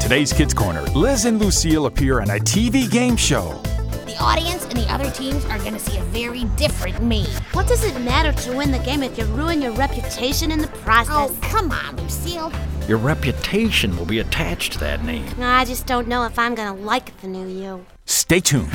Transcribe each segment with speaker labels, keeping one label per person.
Speaker 1: today's Kids Corner, Liz and Lucille appear on a TV game show.
Speaker 2: The audience and the other teams are going to see a very different me.
Speaker 3: What does it matter to win the game if you ruin your reputation in the process?
Speaker 2: Oh, come on, Lucille.
Speaker 4: Your reputation will be attached to that name.
Speaker 3: I just don't know if I'm gonna like the new you.
Speaker 1: Stay tuned.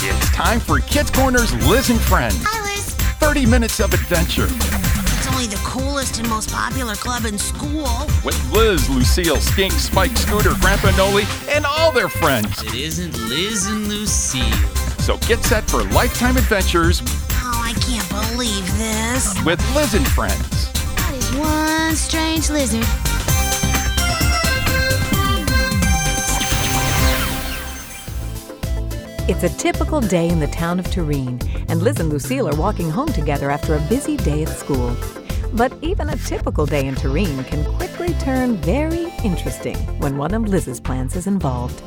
Speaker 1: It's time for Kids Corner's Liz and Friends.
Speaker 2: Hi, Liz.
Speaker 1: 30 minutes of adventure
Speaker 5: It's only the coolest and most popular club in school.
Speaker 1: with Liz, Lucille, Skink, Spike, Scooter, Grandpa Noli, and all their friends.
Speaker 6: It isn't Liz and Lucille.
Speaker 1: So get set for lifetime adventures
Speaker 5: Oh, I can't believe this.
Speaker 1: with Liz and Friends.
Speaker 3: That is one strange lizard.
Speaker 7: It's a typical day in the town of Turin, and Liz and Lucille are walking home together after a busy day at school. But even a typical day in Turin can quickly turn very interesting when one of Liz's plans is involved.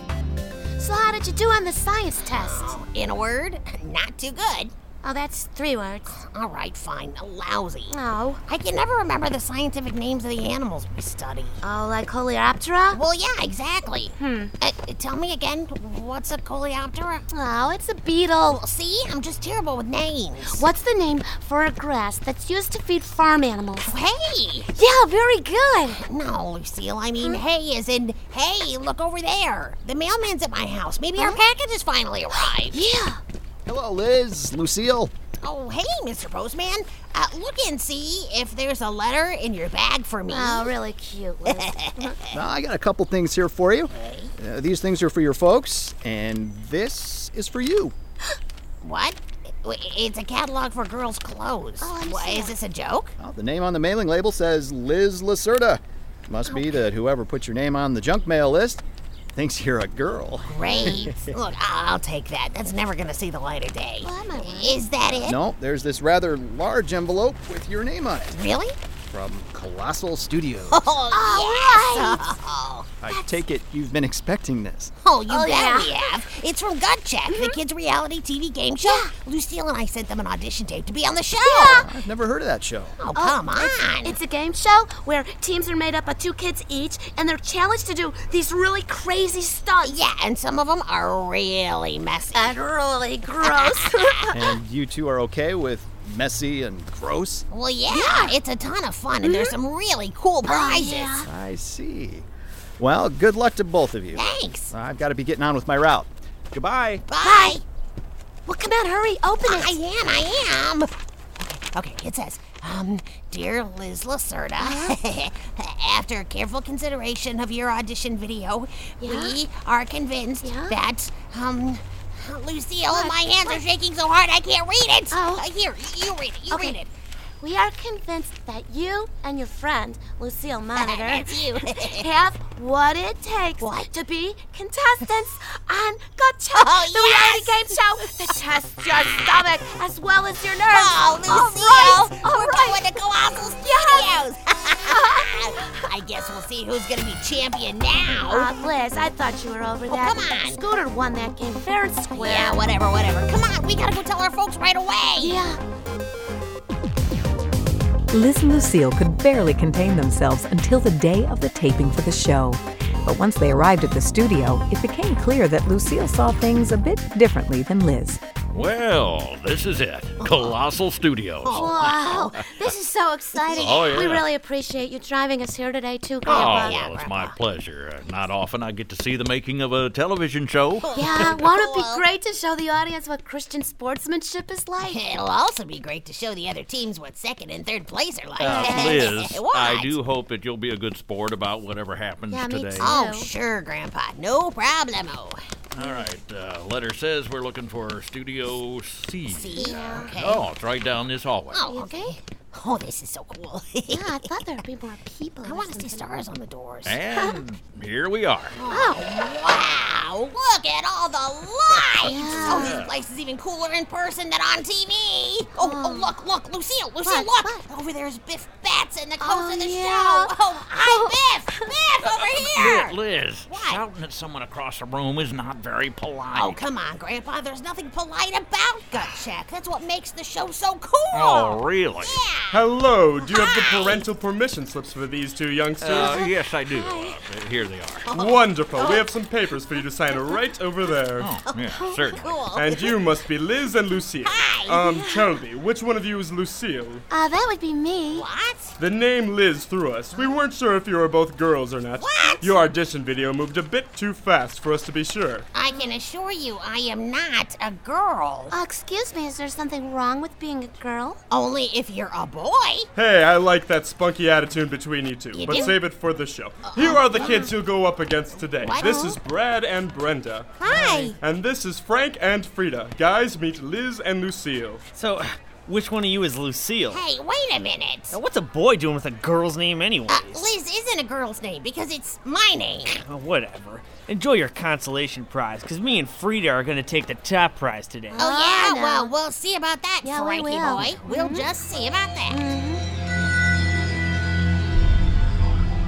Speaker 3: So how did you do on the science test?
Speaker 2: Oh, In a word, not too good.
Speaker 3: Oh, that's three words. Oh.
Speaker 2: All right, fine. Lousy.
Speaker 3: No.
Speaker 2: I can never remember the scientific names of the animals we study.
Speaker 3: Oh, like Coleoptera?
Speaker 2: Well, yeah, exactly. Hmm. Uh, tell me again, what's a coleoptera?
Speaker 3: Oh, it's a beetle.
Speaker 2: See, I'm just terrible with names.
Speaker 3: What's the name for a grass that's used to feed farm animals?
Speaker 2: Hey!
Speaker 3: Yeah, very good.
Speaker 2: No, Lucille, I mean,
Speaker 3: Hmm?
Speaker 2: hey as in, hey, look over there. The mailman's at my house. Maybe our package has finally arrived.
Speaker 3: Hmm? Yeah.
Speaker 8: Hello, Liz, Lucille.
Speaker 2: Oh, hey, Mr. Postman. Uh, look and see if there's a letter in your bag for me.
Speaker 3: Oh, really cute. Liz. Mm-hmm.
Speaker 8: Now, I got a couple things here for you. Uh, these things are for your folks, and this is for you.
Speaker 2: What? Wait, It's a catalog for girls' clothes.
Speaker 3: I
Speaker 2: Wha-
Speaker 3: see.
Speaker 2: is this a joke?
Speaker 8: Well, the name on the mailing label says Liz Lacerda. Must
Speaker 2: Oh.
Speaker 8: be that whoever put your name on the junk mail list thinks you're a girl.
Speaker 2: Great. look, I'll, I'll take that. That's never going to see the light of day.
Speaker 3: Well, I might want
Speaker 2: Is that it?
Speaker 8: No, there's this rather large envelope with your name on it
Speaker 2: Really?
Speaker 8: from Colossal Studios.
Speaker 2: Oh,
Speaker 3: right.
Speaker 2: yes. Oh,
Speaker 8: I take it you've been expecting this.
Speaker 2: Oh, you
Speaker 3: Oh,
Speaker 2: bet
Speaker 3: yeah. Mm-hmm.
Speaker 2: we have. It's from Gut Check, the kids' reality TV game show. Lucille and I sent them an audition tape to be on the show.
Speaker 8: I've never heard of that show.
Speaker 2: Oh, come on.
Speaker 3: It's a game show where teams are made up of two kids each, and they're challenged to do these really crazy stunts.
Speaker 2: yeah, and some of them are really messy.
Speaker 3: And really gross.
Speaker 2: Uh-uh.
Speaker 8: And you two are okay with messy and gross?
Speaker 2: well, yeah, it's a ton of fun, and there's
Speaker 3: Mm-hmm.
Speaker 2: some really
Speaker 3: Oh,
Speaker 2: cool prizes.
Speaker 8: I see. Well, good luck to both of you.
Speaker 2: Thanks.
Speaker 8: I've got to be getting on with my route. Goodbye.
Speaker 2: Bye.
Speaker 3: well, come on, hurry, open it.
Speaker 2: I am, I am. Okay, it says, um, dear Liz Lacerda, after careful consideration of your audition video, we are convinced
Speaker 3: Yeah?
Speaker 2: that, um, Lucille, my hands are shaking so hard I can't read it.
Speaker 3: Oh.
Speaker 2: Uh, here, you read it. You
Speaker 3: Okay.
Speaker 2: read it.
Speaker 3: We are convinced that you and your friend, Lucille Monitor,
Speaker 2: That's you.
Speaker 3: have what it takes
Speaker 2: What?
Speaker 3: to be contestants on Gotcha, oh, the reality game show that tests your stomach as well as your nerves.
Speaker 2: Oh,
Speaker 3: All
Speaker 2: Lucille,
Speaker 3: right, all
Speaker 2: we're
Speaker 3: right.
Speaker 2: going to Colossal Studios. I guess we'll see who's going to be champion now.
Speaker 3: Uh, Liz, I thought you were over that.
Speaker 2: come on.
Speaker 3: Scooter won that game fair and square.
Speaker 2: yeah, whatever, whatever. Come on, we gotta go tell our folks right away.
Speaker 3: Yeah.
Speaker 7: Liz and Lucille could barely contain themselves until the day of the taping for the show. But once they arrived at the studio, it became clear that Lucille saw things a bit differently than Liz.
Speaker 4: Well, this is it Colossal Studios.
Speaker 2: Oh,
Speaker 3: Wow, this is so exciting.
Speaker 4: Oh, yeah.
Speaker 3: We really appreciate you driving us here today, too,
Speaker 4: Oh,
Speaker 3: Grandpa.
Speaker 4: well, it's my pleasure. Uh, Not often I get to see the making of a television
Speaker 2: Oh,
Speaker 4: show.
Speaker 3: Yeah, won't it be great to show the audience what Christian sportsmanship is like?
Speaker 2: It'll also be great to show the other teams what second and third place are like.
Speaker 4: Uh, Liz,
Speaker 2: What?
Speaker 4: I do hope that you'll be a good sport about whatever happens
Speaker 3: Yeah, me
Speaker 4: today.
Speaker 3: too.
Speaker 2: Oh, sure, Grandpa. No Oh, problemo.
Speaker 4: All right, uh, letter says we're looking for Studio C.
Speaker 2: Yeah. Okay.
Speaker 4: Oh, it's right down this hallway.
Speaker 2: Oh, okay.
Speaker 3: Okay.
Speaker 2: Oh, this is so cool.
Speaker 3: Yeah, I thought there'd be more people.
Speaker 2: I
Speaker 3: or
Speaker 2: want to see
Speaker 3: something.
Speaker 2: stars on the doors. Oh,
Speaker 4: And here we are.
Speaker 2: Wow! Look at all the lights. Oh, this place is even cooler in person than on TV. Oh, oh look, look, Lucille, Lucille,
Speaker 3: Oh. What?
Speaker 2: look. Over there's Biff cats in the course
Speaker 3: Oh,
Speaker 2: of the
Speaker 3: yeah.
Speaker 2: show. Oh, hi, Biff. Biff, over here.
Speaker 4: Liz,
Speaker 2: What?
Speaker 4: shouting at someone across the room is not very polite.
Speaker 2: Oh, come on, Grandpa. There's nothing polite about Gut Check. That's what makes the show so cool.
Speaker 4: Oh, really?
Speaker 2: Yeah.
Speaker 9: Hello, do you have the
Speaker 2: Hi.
Speaker 9: parental permission slips for these two youngsters?
Speaker 4: Uh, yes, I do. Uh, here they are.
Speaker 9: Wonderful. We have some papers for you to sign right over there.
Speaker 4: Oh, yeah, certainly.
Speaker 2: Cool.
Speaker 9: And you must be Liz and Lucille.
Speaker 2: Hi.
Speaker 9: Um, tell me, which one of you is Lucille?
Speaker 3: Uh, that would be me.
Speaker 2: what?
Speaker 9: The name Liz threw us. We weren't sure if you were both girls or not.
Speaker 2: What?
Speaker 9: Your audition video moved a bit too fast for us to be sure.
Speaker 2: I can assure you, I am not a girl.
Speaker 3: Uh, excuse me, is there something wrong with being a girl?
Speaker 2: Only if you're a boy.
Speaker 9: Hey, I like that spunky attitude between you two,
Speaker 2: You
Speaker 9: but
Speaker 2: do? Uh-huh.
Speaker 9: save it for the show. Here are the kids you'll go up against today.
Speaker 2: What?
Speaker 9: This is Brad and Brenda.
Speaker 2: Hi.
Speaker 9: And this is Frank and Frida. Guys, meet Liz and Lucille.
Speaker 10: So, which one of you is Lucille?
Speaker 2: Hey, wait a minute.
Speaker 10: Now, what's a boy doing with a girl's name, anyways?
Speaker 2: Uh, Liz isn't a girl's name because it's my name.
Speaker 10: Oh, whatever. Enjoy your consolation prize, because me and Frida are going to take the top prize today.
Speaker 2: Oh, yeah,
Speaker 3: Oh, no.
Speaker 2: well, we'll see about that,
Speaker 3: Yeah, we
Speaker 2: Frankie
Speaker 3: will. Mm-hmm.
Speaker 2: boy. We'll just see about that.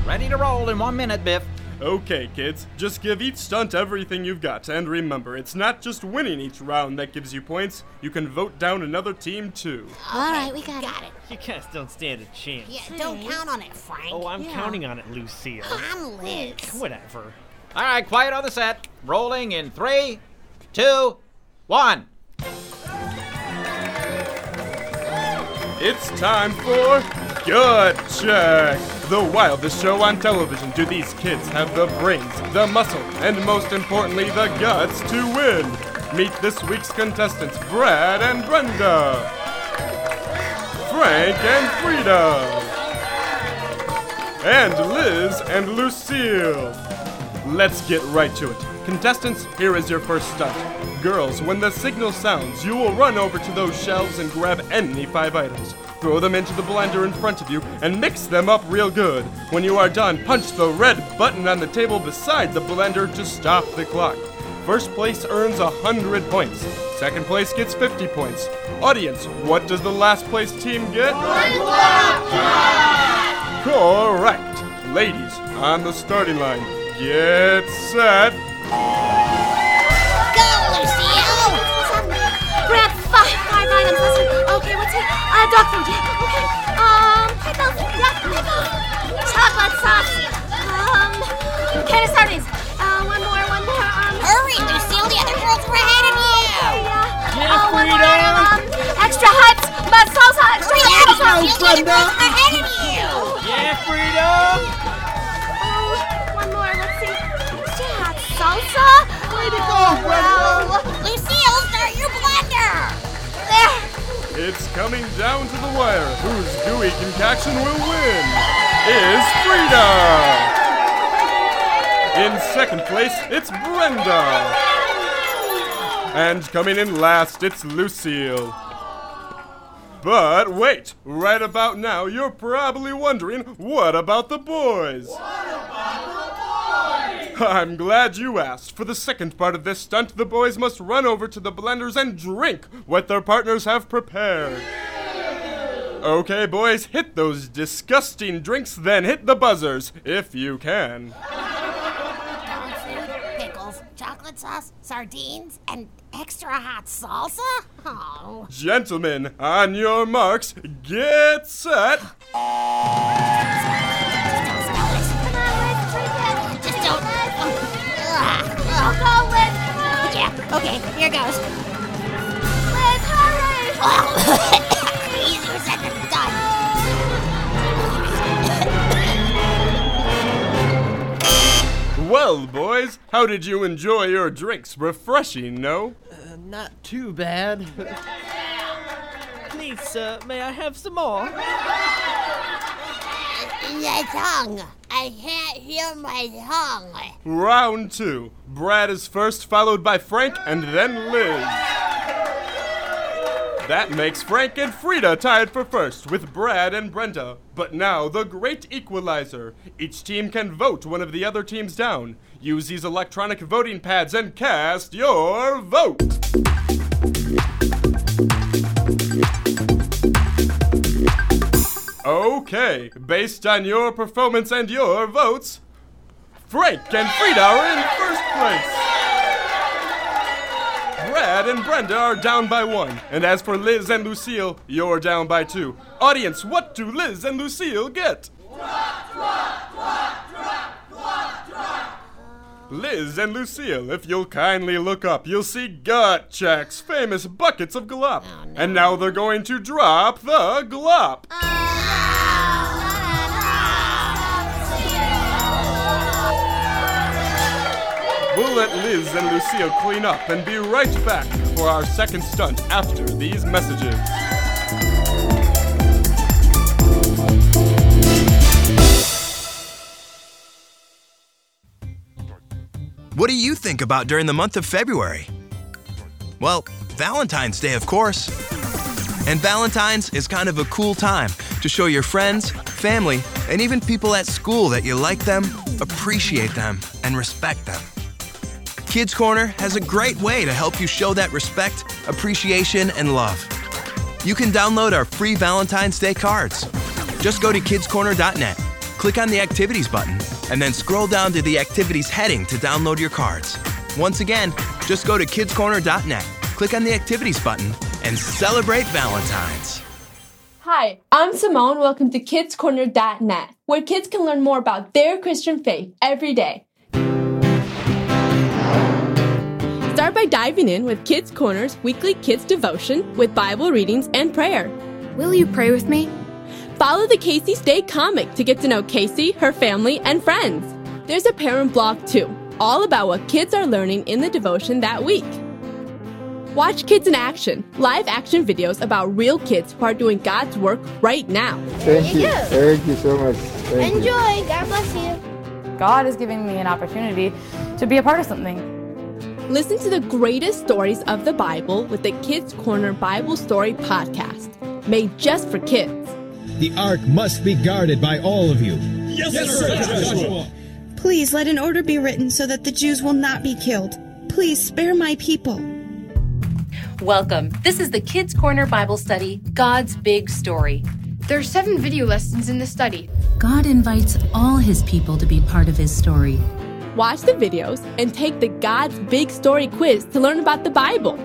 Speaker 4: Ready to roll in one minute, Biff.
Speaker 9: Okay, kids, just give each stunt everything you've got, and remember, it's not just winning each round that gives you points. You can vote down another team too.
Speaker 3: All right, we got,
Speaker 2: Got it.
Speaker 10: You guys don't stand a chance.
Speaker 2: Yeah, don't count on it, Frank.
Speaker 10: Oh, I'm counting on it, Lucille.
Speaker 2: I'm Liz.
Speaker 10: whatever.
Speaker 6: All right, quiet on the set. Rolling in three, two, one.
Speaker 9: It's time for Gut Check! The wildest show on television. Do these kids have the brains, the muscle, and most importantly, the guts to win? Meet this week's contestants, Brad and Brenda, Frank and Frida, and Liz and Lucille. Let's get right to it. Contestants, here is your first stunt. Girls, when the signal sounds, you will run over to those shelves and grab any five items. Throw them into the blender in front of you and mix them up real good. When you are done, punch the red button on the table beside the blender to stop the clock. First place earns 100 points. Second place gets 50 points. Audience, what does the last place team get? Correct. Ladies, on the starting line, get set.
Speaker 2: Go, Lucille!
Speaker 3: Grab five, five items. Listen. Okay, what's it? Uh, dog food. Yeah. Okay. Um, pickles. Yeah, pickles. Chocolate sauce. Um, can of sardines. Uh, one more, one more. Um,
Speaker 2: Hurry,
Speaker 3: um,
Speaker 2: Lucille, the other girls were ahead of you!
Speaker 3: Okay, yeah. uh, one more item. Um, extra hot mud salsa. Extra hot
Speaker 2: Yeah,
Speaker 3: mud salsa.
Speaker 2: Lucille, the other girls were ahead of you!
Speaker 10: Yeah, Frida!
Speaker 3: Oh, one more. Let's see. Extra hot salsa. Way to go,
Speaker 2: Oh, Lucille, start your blender!
Speaker 3: There.
Speaker 9: It's coming down to the wire. Whose gooey concoction will win? Is Frida. In second place, it's Brenda. And coming in last, it's Lucille. But wait, right about now, you're probably wondering, what about the boys? I'm glad you asked. For the second part of this stunt, the boys must run over to the blenders and drink what their partners have prepared. Okay, boys, hit those disgusting drinks, then hit the buzzers, if you can.
Speaker 2: Dog food, pickles, chocolate sauce, sardines, and extra hot salsa? Oh.
Speaker 9: Gentlemen, on your marks, get set.
Speaker 2: Just don't. Ugh. Ugh.
Speaker 3: Go, Liz. Come
Speaker 2: uh,
Speaker 3: on.
Speaker 2: Yeah, okay, here goes.
Speaker 3: Liz, hurry.
Speaker 2: Easier said than done.
Speaker 9: Well, boys, how did you enjoy your drinks? Refreshing, no?
Speaker 10: Uh, Not too bad. Please, sir, may I have some more?
Speaker 2: The tongue. I can't feel my tongue.
Speaker 9: Round two. Brad is first, followed by Frank, and then Liz. That makes Frank and Frida tied for first, with Brad and Brenda. But now, the great equalizer. Each team can vote one of the other teams down. Use these electronic voting pads and cast your vote. Okay, Okay, based on your performance and your votes, Frank and Frida are in first place. Brad and Brenda are down by one. And as for Liz and Lucille, you're down by two. Audience, what do Liz and Lucille get? Liz and Lucille, if you'll kindly look up, you'll see Gutchak's famous buckets of glop. And now they're going to drop the glop. We'll let Liz and Lucille clean up and be right back for our second stunt after these messages.
Speaker 11: What do you think about during the month of February? Well, Valentine's Day, of course. And Valentine's is kind of a cool time to show your friends, family, and even people at school that you like them, appreciate them, and respect them. Kids Corner has a great way to help you show that respect, appreciation, and love. You can download our free Valentine's Day cards. Just go to kidscorner.net, click on the activities button, and then scroll down to the activities heading to download your cards. Once again, just go to kidscorner.net, click on the activities button, and celebrate Valentine's.
Speaker 12: Hi, I'm Simone. Welcome to KidsCorner.net, where kids can learn more about their Christian faith every day. Start by diving in with Kids Corner's weekly kids devotion with Bible readings and prayer. Will you pray with me? Follow the Casey Stay comic to get to know Casey, her family, and friends. There's a parent blog too, all about what kids are learning in the devotion that week. Watch Kids in Action, live action videos about real kids who are doing God's work right now.
Speaker 13: Thank you. Thank you so much. Thank you.
Speaker 12: God bless you. God is giving me an opportunity to be a part of something. Listen to the greatest stories of the Bible with the Kids Corner Bible Story podcast, made just for kids.
Speaker 14: The ark must be guarded by all of you.
Speaker 15: Yes, sir, Joshua.
Speaker 16: Please let an order be written so that the Jews will not be killed. Please spare my people.
Speaker 17: Welcome. This is the Kids Corner Bible Study God's Big Story.
Speaker 18: There are seven video lessons in the study.
Speaker 19: God invites all his people to be part of his story.
Speaker 12: Watch the videos and take the God's Big Story quiz to learn about the Bible.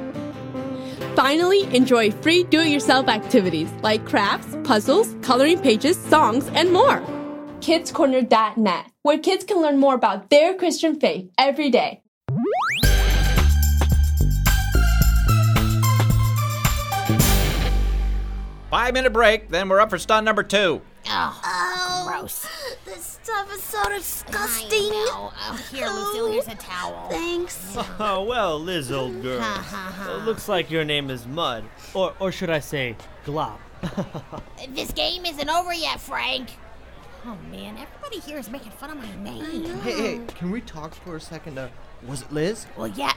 Speaker 12: Finally, enjoy free do it yourself activities like crafts, puzzles, coloring pages, songs, and more. KidsCorner.net, where kids can learn more about their Christian faith every day.
Speaker 6: Five minute break, then we're up for stunt number two.
Speaker 2: Oh, gross.
Speaker 5: This stuff is so disgusting.
Speaker 2: know. Oh, here, Lucille, here's a towel.
Speaker 5: Thanks.
Speaker 10: Oh, well, Liz, old girl.
Speaker 2: Ha, ha, ha.
Speaker 10: It looks like your name is Mud. Or, or should I say, Glop.
Speaker 2: This game isn't over yet, Frank. Oh man, everybody here is making fun of my name.
Speaker 20: Hey, hey, can we talk for a second? Uh, was it Liz?
Speaker 2: Well, yeah.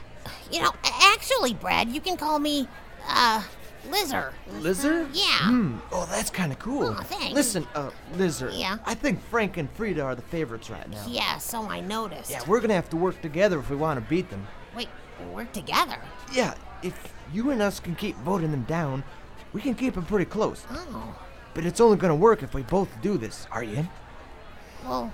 Speaker 2: You know, a- actually, Brad, you can call me, uh, Lizzer.
Speaker 20: Lizard?
Speaker 2: Yeah.
Speaker 20: Hmm. Oh, that's kind of cool.
Speaker 2: Aw, thanks.
Speaker 20: Listen, uh, Lizard.
Speaker 2: Yeah?
Speaker 20: I think Frank and Frida are the favorites right now.
Speaker 2: Yeah, so I noticed.
Speaker 20: Yeah, we're gonna have to work together if we want to beat them.
Speaker 2: Wait, we're together.
Speaker 20: Yeah, if you and us can keep voting them down, we can keep them pretty close.
Speaker 2: Oh,
Speaker 20: But it's only gonna work if we both do this. Are you in?
Speaker 2: well,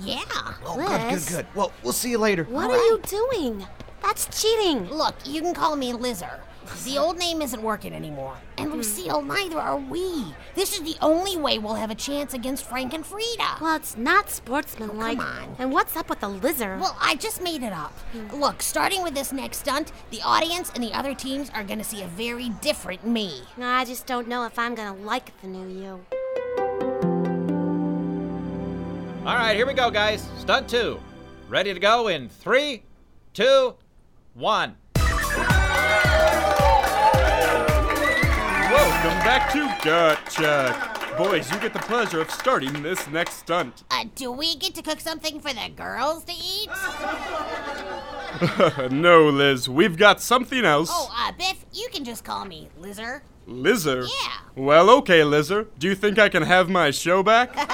Speaker 2: yeah.
Speaker 20: Oh, good, good, good. Well, we'll see you later.
Speaker 5: What are you doing? That's cheating.
Speaker 2: Look, you can call me Lizzer. The old name isn't working anymore.
Speaker 5: Hmm.
Speaker 2: And Lucille, neither are we. This is the only way we'll have a chance against Frank and Frida.
Speaker 5: Well, it's not sportsmanlike.
Speaker 2: come on.
Speaker 5: And what's up with the lizard? Hmm.
Speaker 2: Well, I just made it up. Look, starting with this next stunt, the audience and the other teams are going to see a very different me.
Speaker 5: I just don't know if I'm gonna like the new you.
Speaker 6: All right, here we go, guys. Stunt two. Ready to go in three, two, one.
Speaker 9: Welcome back to Gutchuck. Boys, you get the pleasure of starting this next stunt.
Speaker 2: Uh, do we get to cook something for the girls to eat?
Speaker 9: no, Liz, we've got something else.
Speaker 2: Oh, uh, Biff, you can just call me Lizzer.
Speaker 9: Lizzer?
Speaker 2: Yeah.
Speaker 9: Well, okay, Lizzer. Do you think I can have my show back?
Speaker 2: no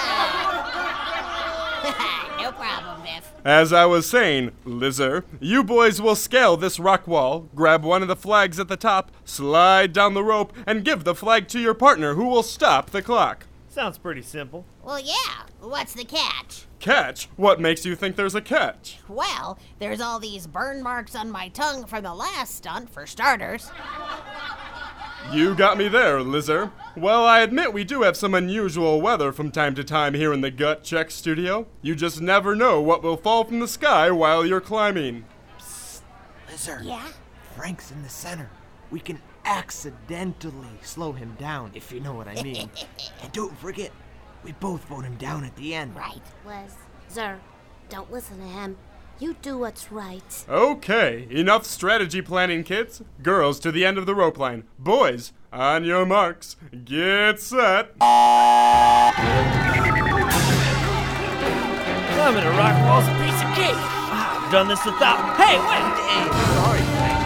Speaker 2: problem, Biff.
Speaker 9: As I was saying, Lizzer, you boys will scale this rock wall, grab one of the flags at the top, slide down the rope, and give the flag to your partner who will stop the clock.
Speaker 10: Sounds pretty simple.
Speaker 2: Well, yeah. What's the catch?
Speaker 9: Catch? What makes you think there's a catch?
Speaker 2: Well, there's all these burn marks on my tongue from the last stunt, for starters.
Speaker 9: You got me there, Lizzer. Well, I admit we do have some unusual weather from time to time here in the Gut Check studio. You just never know what will fall from the sky while you're climbing.
Speaker 20: Lizard. Yeah? Frank's in the center. We can accidentally slow him down, if you know what I mean. and don't forget, we both vote him down at the end.
Speaker 21: Right. Liz, Zer, don't listen to him. You do what's right.
Speaker 9: Okay, enough strategy planning, kids. Girls to the end of the rope line. Boys, on your marks, get set.
Speaker 10: I'm in a rock wall's a piece of cake. Ah, I've done this without. Hey, wait! Hey, sorry, Frank.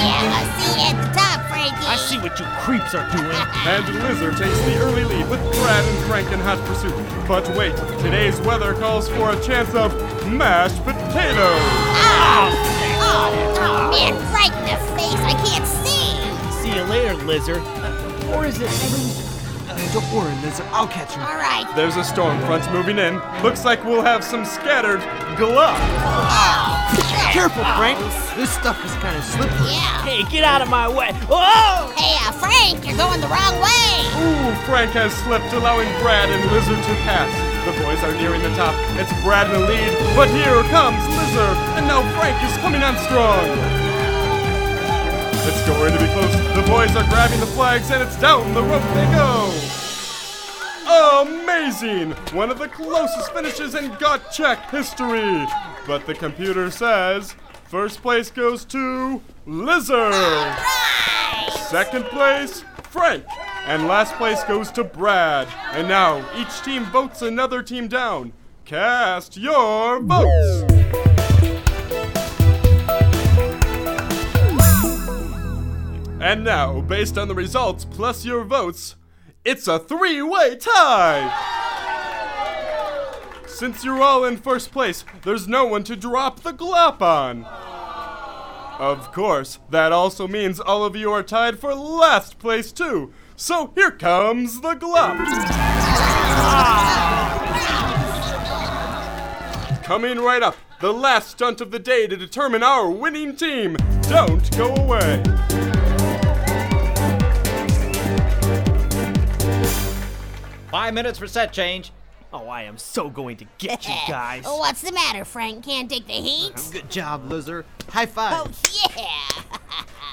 Speaker 2: Yeah, a seat at the top, Frankie.
Speaker 10: I see what you creeps are doing.
Speaker 9: And Lizard takes the early lead with Brad and Frank in hot pursuit. But wait, today's weather calls for a chance of mashed potatoes.
Speaker 2: Oh, oh, man, right in the face. I can't see.
Speaker 10: See you later, lizard.
Speaker 20: Or is it. Uh, don't worry, Lizard. I'll catch him.
Speaker 2: All right.
Speaker 9: There's a storm front moving in. Looks like we'll have some scattered gluff.
Speaker 20: Careful, Frank. This stuff is kind of slippery.
Speaker 2: Yeah.
Speaker 10: Hey, get out of my way. Whoa!
Speaker 2: Hey, uh, Frank, you're going the wrong way.
Speaker 9: Ooh, Frank has slipped, allowing Brad and Lizard to pass. The boys are nearing the top. It's Brad in the lead, but here comes Lizard, and now Frank is coming on strong. It's going to be close. The boys are grabbing the flags, and it's down the rope they go. Amazing! One of the closest finishes in gut check history. But the computer says first place goes to Lizard. Second place, Frank. And last place goes to Brad. And now each team votes another team down. Cast your votes. And now, based on the results plus your votes, it's a three way tie! Since you're all in first place, there's no one to drop the glop on! Of course, that also means all of you are tied for last place, too! So here comes the glop! Coming right up, the last stunt of the day to determine our winning team! Don't go away!
Speaker 6: Five minutes for set change.
Speaker 10: Oh, I am so going to get you guys.
Speaker 2: Oh, What's the matter, Frank? Can't take the heat?
Speaker 20: Good job, Lizard. High five.
Speaker 4: Uh-huh.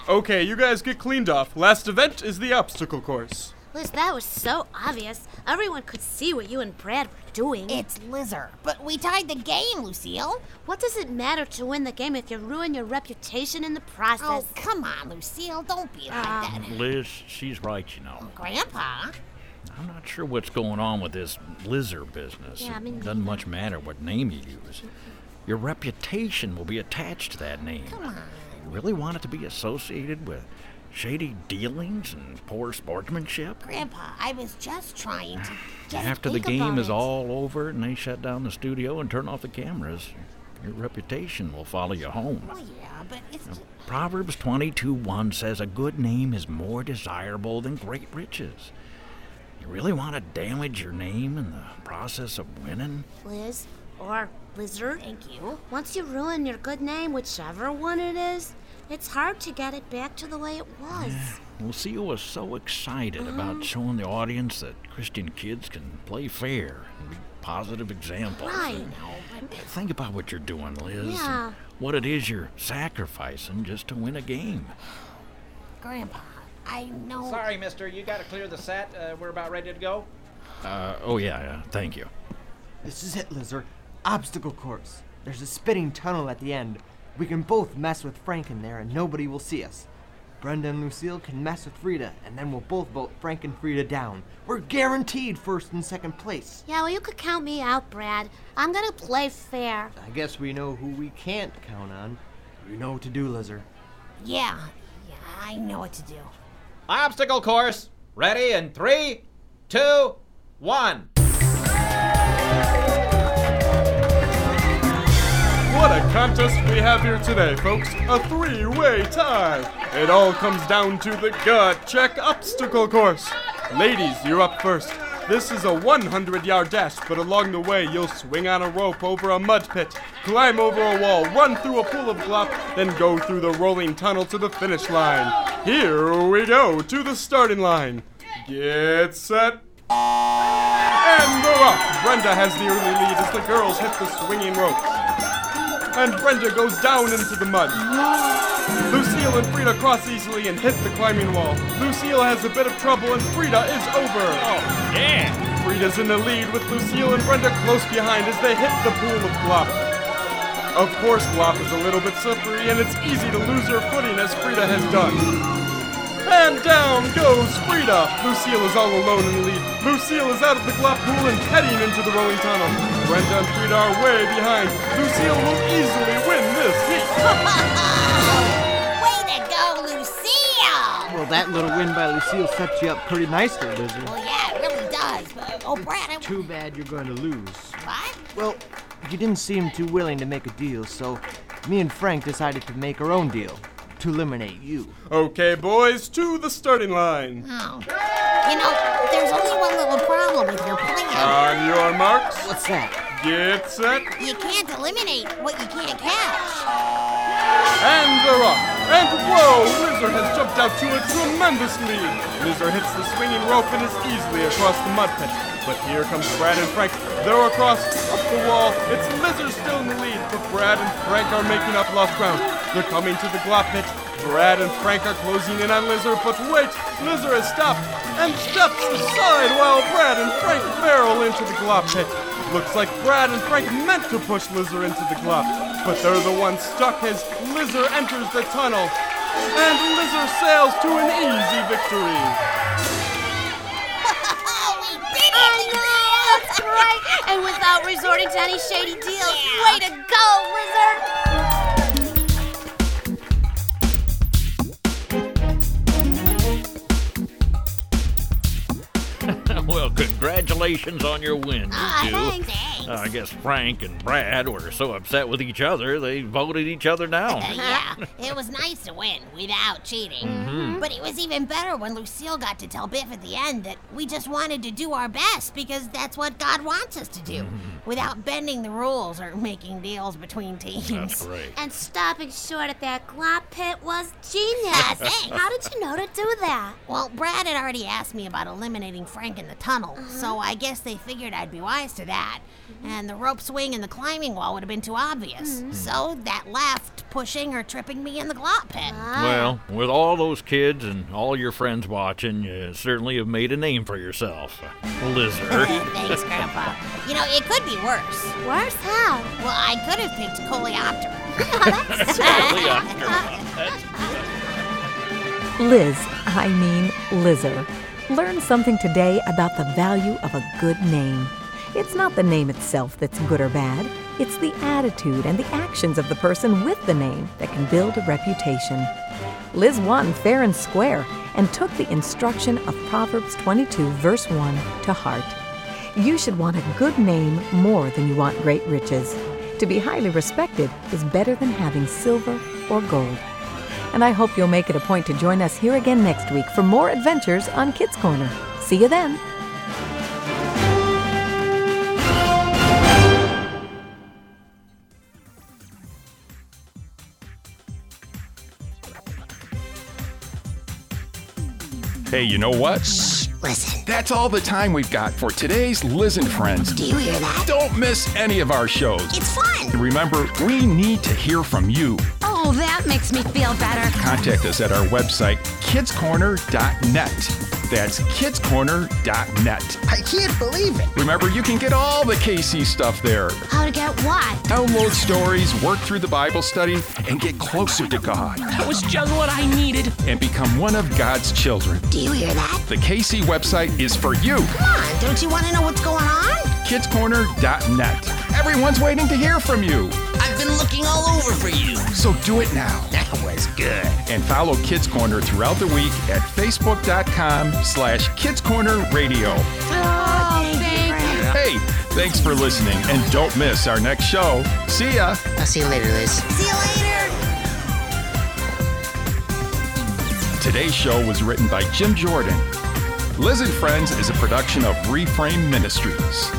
Speaker 2: Yeah.
Speaker 9: Okay, you guys get cleaned off. Last event is the obstacle course.
Speaker 21: Liz, that was so obvious. Everyone could see what you and Brad were doing.
Speaker 2: It's Lizard. But we tied the game, Lucille.
Speaker 21: What does it matter to win the game if you ruin your reputation in the
Speaker 2: Oh,
Speaker 21: process? Ah.
Speaker 2: come on, Lucille. Don't be like that.
Speaker 4: Liz, she's right, you know.
Speaker 2: Grandpa?
Speaker 4: I'm not sure what's going on with this lizard business.
Speaker 21: Yeah, I mean-
Speaker 4: it doesn't much matter what name you use. Your reputation will be attached to that name. Come on. You really want it to be associated with shady dealings and poor sportsmanship?
Speaker 2: Grandpa, I was just trying to just
Speaker 4: After the
Speaker 2: think
Speaker 4: game
Speaker 2: about
Speaker 4: is
Speaker 2: it.
Speaker 4: all over and they shut down the studio and turn off the cameras, your reputation will follow you home.
Speaker 2: Well, yeah, but it's just,
Speaker 4: Proverbs 22 1 says, A good name is more desirable than great riches. You really want to damage your name in the process of winning?
Speaker 21: Liz or Lizard?
Speaker 2: Thank you.
Speaker 21: Once you ruin your good name, whichever one it is, it's hard to get it back to the way it was.
Speaker 4: Lucia was so excited
Speaker 21: Mm-hmm.
Speaker 4: about showing the audience that Christian kids can play fair and be positive examples.
Speaker 21: Right.
Speaker 4: And Think about what you're doing, Liz. and
Speaker 21: Yeah.
Speaker 4: What it is you're sacrificing just to win a game.
Speaker 2: Grandpa, I know.
Speaker 6: Sorry, mister. You gotta clear the set. Uh, we're about ready to go.
Speaker 4: Uh, oh, yeah, yeah, thank you.
Speaker 20: This is it, Lizard. Obstacle course. There's a spinning tunnel at the end. We can both mess with Frank in there and nobody will see us. Brenda and Lucille can mess with Frida, and then we'll both vote Frank and Frida down. We're guaranteed first and second place.
Speaker 21: Yeah, well, you could count me out, Brad. I'm gonna play fair.
Speaker 20: I guess we know who we can't count on. You know what to do, Lizard.
Speaker 2: Yeah, yeah, I know what to do.
Speaker 6: Obstacle course. Ready in three, two, one.
Speaker 9: What a contest we have here today, folks. A three way tie. It all comes down to the gut check obstacle course. Ladies, you're up first. This is a 100 yard dash, but along the way, you'll swing on a rope over a mud pit, climb over a wall, run through a pool of glop, then go through the rolling tunnel to the finish line. Here we go to the starting line. Get set, and they're off. Brenda has the early lead as the girls hit the swinging rope. And Brenda goes down into the mud. Lucille and Frida cross easily and hit the climbing wall. Lucille has a bit of trouble and Frida is over. Oh, yeah. Frida's in the lead with Lucille and Brenda close behind as they hit the pool of glop. Of course, glop is a little bit slippery and it's easy to lose her footing as Frida has done. And down goes Frida. Lucille is all alone in the lead. Lucille is out of the glop pool and heading into the rolling tunnel. Brenda and Frida are way behind. Lucille will easily win this heat.
Speaker 2: Way to go, Lucille!
Speaker 20: Well, that little win by Lucille sets you up pretty nicely, Lizard.
Speaker 2: Yeah, it really does. But- Oh, Brad, I,
Speaker 20: Too bad you're going to lose.
Speaker 2: what?
Speaker 20: Well, you didn't seem too willing to make a deal, so me and Frank decided to make our own deal to eliminate you.
Speaker 9: okay, boys, to the starting line.
Speaker 2: Oh. You know, there's only one little problem with your plan.
Speaker 9: On your marks.
Speaker 20: What's that?
Speaker 9: Get set.
Speaker 2: You can't eliminate what you can't catch.
Speaker 9: And they're off. And whoa, Lizard has jumped out to a tremendous lead. Lizard hits the swinging rope and is easily across the mud pit. But here comes Brad and Frank. They're across, up the wall. It's Lizard still in the lead, but Brad and Frank are making up lost ground. They're coming to the glop pit. Brad and Frank are closing in on Lizard, but wait, Lizard has stopped and steps aside while Brad and Frank barrel into the glop pit. Looks like Brad and Frank meant to push Lizard into the glop, but they're the ones stuck as Lizard enters the tunnel. And Lizard sails to an easy victory.
Speaker 21: That's right. And without resorting to any shady deals. Way to go, Lizard.
Speaker 4: well, congratulations on your win,
Speaker 2: Aw,
Speaker 4: you two.
Speaker 2: thanks. Thanks.
Speaker 4: Uh, I guess Frank and Brad were so upset with each other they voted each other down.
Speaker 2: yeah, it was nice to win without cheating.
Speaker 4: Mhm.
Speaker 2: But it was even better when Lucille got to tell Biff at the end that we just wanted to do our best because that's what God wants us to do without bending the rules or making deals between teams.
Speaker 21: And stopping short at that glop pit was genius. How did you know to do that?
Speaker 2: Well, Brad had already asked me about eliminating Frank in the tunnel,
Speaker 21: Uh-huh.
Speaker 2: so I guess they figured I'd be wise to that.
Speaker 21: Mm-hmm.
Speaker 2: And the rope swing and the climbing wall would have been too obvious. So that left pushing or tripping me in the glop pit.
Speaker 21: Ah.
Speaker 4: Well, with all those kids and all your friends watching, you certainly have made a name for yourself, Lizard.
Speaker 2: Thanks, Grandpa. You know, it could be worse. Worse? How? Well, I could have picked
Speaker 21: Oh,
Speaker 2: Coleoptera.
Speaker 7: Liz, I mean Lizzer. Learn something today about the value of a good name. It's not the name itself that's good or bad, it's the attitude and the actions of the person with the name that can build a reputation. Liz won fair and square and took the instruction of Proverbs 22, verse 1, to heart. You should want a good name more than you want great riches. To be highly respected is better than having silver or gold. And I hope you'll make it a point to join us here again next week for more adventures on Kids Corner. See you then.
Speaker 1: Hey, you know what? Listen. That's all the time we've got for today's Listen Friends. Do you hear that? Don't miss any of our shows. It's fun. Remember, we need to hear from you.
Speaker 5: Oh, that makes me feel better.
Speaker 1: Contact us at our website, kidscorner.net. That's kidscorner.net.
Speaker 5: I can't believe it.
Speaker 1: Remember, you can get all the KC stuff there.
Speaker 21: How to get what?
Speaker 1: Download stories, work through the Bible study, and get closer to God.
Speaker 22: That was just what I needed.
Speaker 1: And become one of God's children.
Speaker 5: Do you hear that?
Speaker 1: The KC website is for you.
Speaker 5: Come on, don't you want to know what's going on?
Speaker 1: kidscorner.net. Everyone's waiting to hear from you.
Speaker 5: I've been looking all over for you.
Speaker 1: So do it now.
Speaker 5: That was good.
Speaker 1: And follow Kids Corner throughout the week at facebook.com slash kidscornerradio.
Speaker 5: Oh, thank you.
Speaker 1: Hey, Hey, thanks for listening, and don't miss our next show. See ya. I'll see you later, Liz.
Speaker 5: See you later.
Speaker 1: Today's show was written by Jim Jordan. Liz and Friends is a production of Reframe Ministries.